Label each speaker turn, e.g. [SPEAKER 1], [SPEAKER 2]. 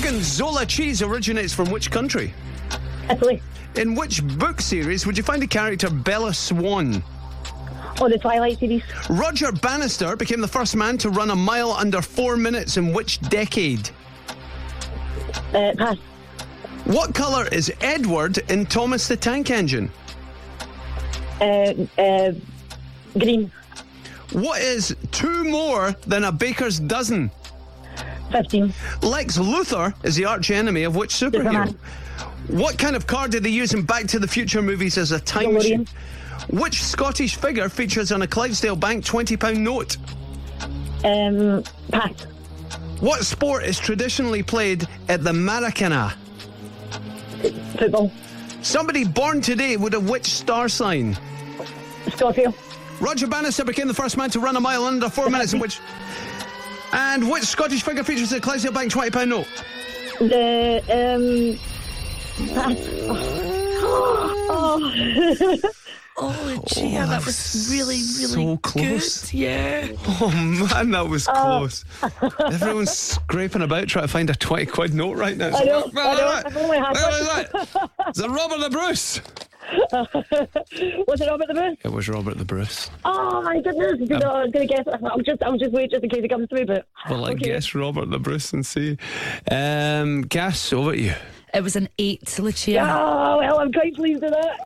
[SPEAKER 1] Gorgonzola cheese originates from which country?
[SPEAKER 2] Italy.
[SPEAKER 1] In which book series would you find the character Bella Swan?
[SPEAKER 2] Oh, the Twilight series.
[SPEAKER 1] Roger Bannister became the first man to run a mile under four minutes in which decade?
[SPEAKER 2] Uh, pass.
[SPEAKER 1] What colour is Edward in Thomas the Tank Engine?
[SPEAKER 2] Uh, uh, green.
[SPEAKER 1] What is two more than a baker's dozen?
[SPEAKER 2] 15.
[SPEAKER 1] Lex Luthor is the arch enemy of which superhero?
[SPEAKER 2] Superman.
[SPEAKER 1] What kind of car did they use in Back to the Future movies as a time machine?
[SPEAKER 2] DeLorean.
[SPEAKER 1] Which Scottish figure features on a Clydesdale Bank £20 note?
[SPEAKER 2] Um, pass.
[SPEAKER 1] What sport is traditionally played at the Maracana?
[SPEAKER 2] Football.
[SPEAKER 1] Somebody born today would have which star sign?
[SPEAKER 2] Scorpio.
[SPEAKER 1] Roger Bannister became the first man to run a mile under four minutes in which. And which Scottish figure features at Clydesdale Bank £20 note?
[SPEAKER 2] The, um, pass. Oh.
[SPEAKER 3] Oh, dear,
[SPEAKER 1] that was
[SPEAKER 3] that was really, really
[SPEAKER 1] so close.
[SPEAKER 3] good. Yeah.
[SPEAKER 1] Oh man, that was close. Everyone's scraping about trying to find a 20 quid note right now.
[SPEAKER 2] I know,
[SPEAKER 1] Right,
[SPEAKER 2] I know,
[SPEAKER 1] right,
[SPEAKER 2] I've only had
[SPEAKER 1] right, right, right. Is it Robert the Bruce?
[SPEAKER 2] Was it Robert the Bruce?
[SPEAKER 1] It was Robert the Bruce.
[SPEAKER 2] Oh my goodness! You know, I was gonna guess. I'm just, I'm just waiting just in case it comes through. But
[SPEAKER 1] Um, Well, I
[SPEAKER 2] Okay.
[SPEAKER 1] guess Robert the Bruce and see. Um, Gas, over to you.
[SPEAKER 3] It was an eight, Lucia.
[SPEAKER 2] Oh well, I'm quite pleased with that.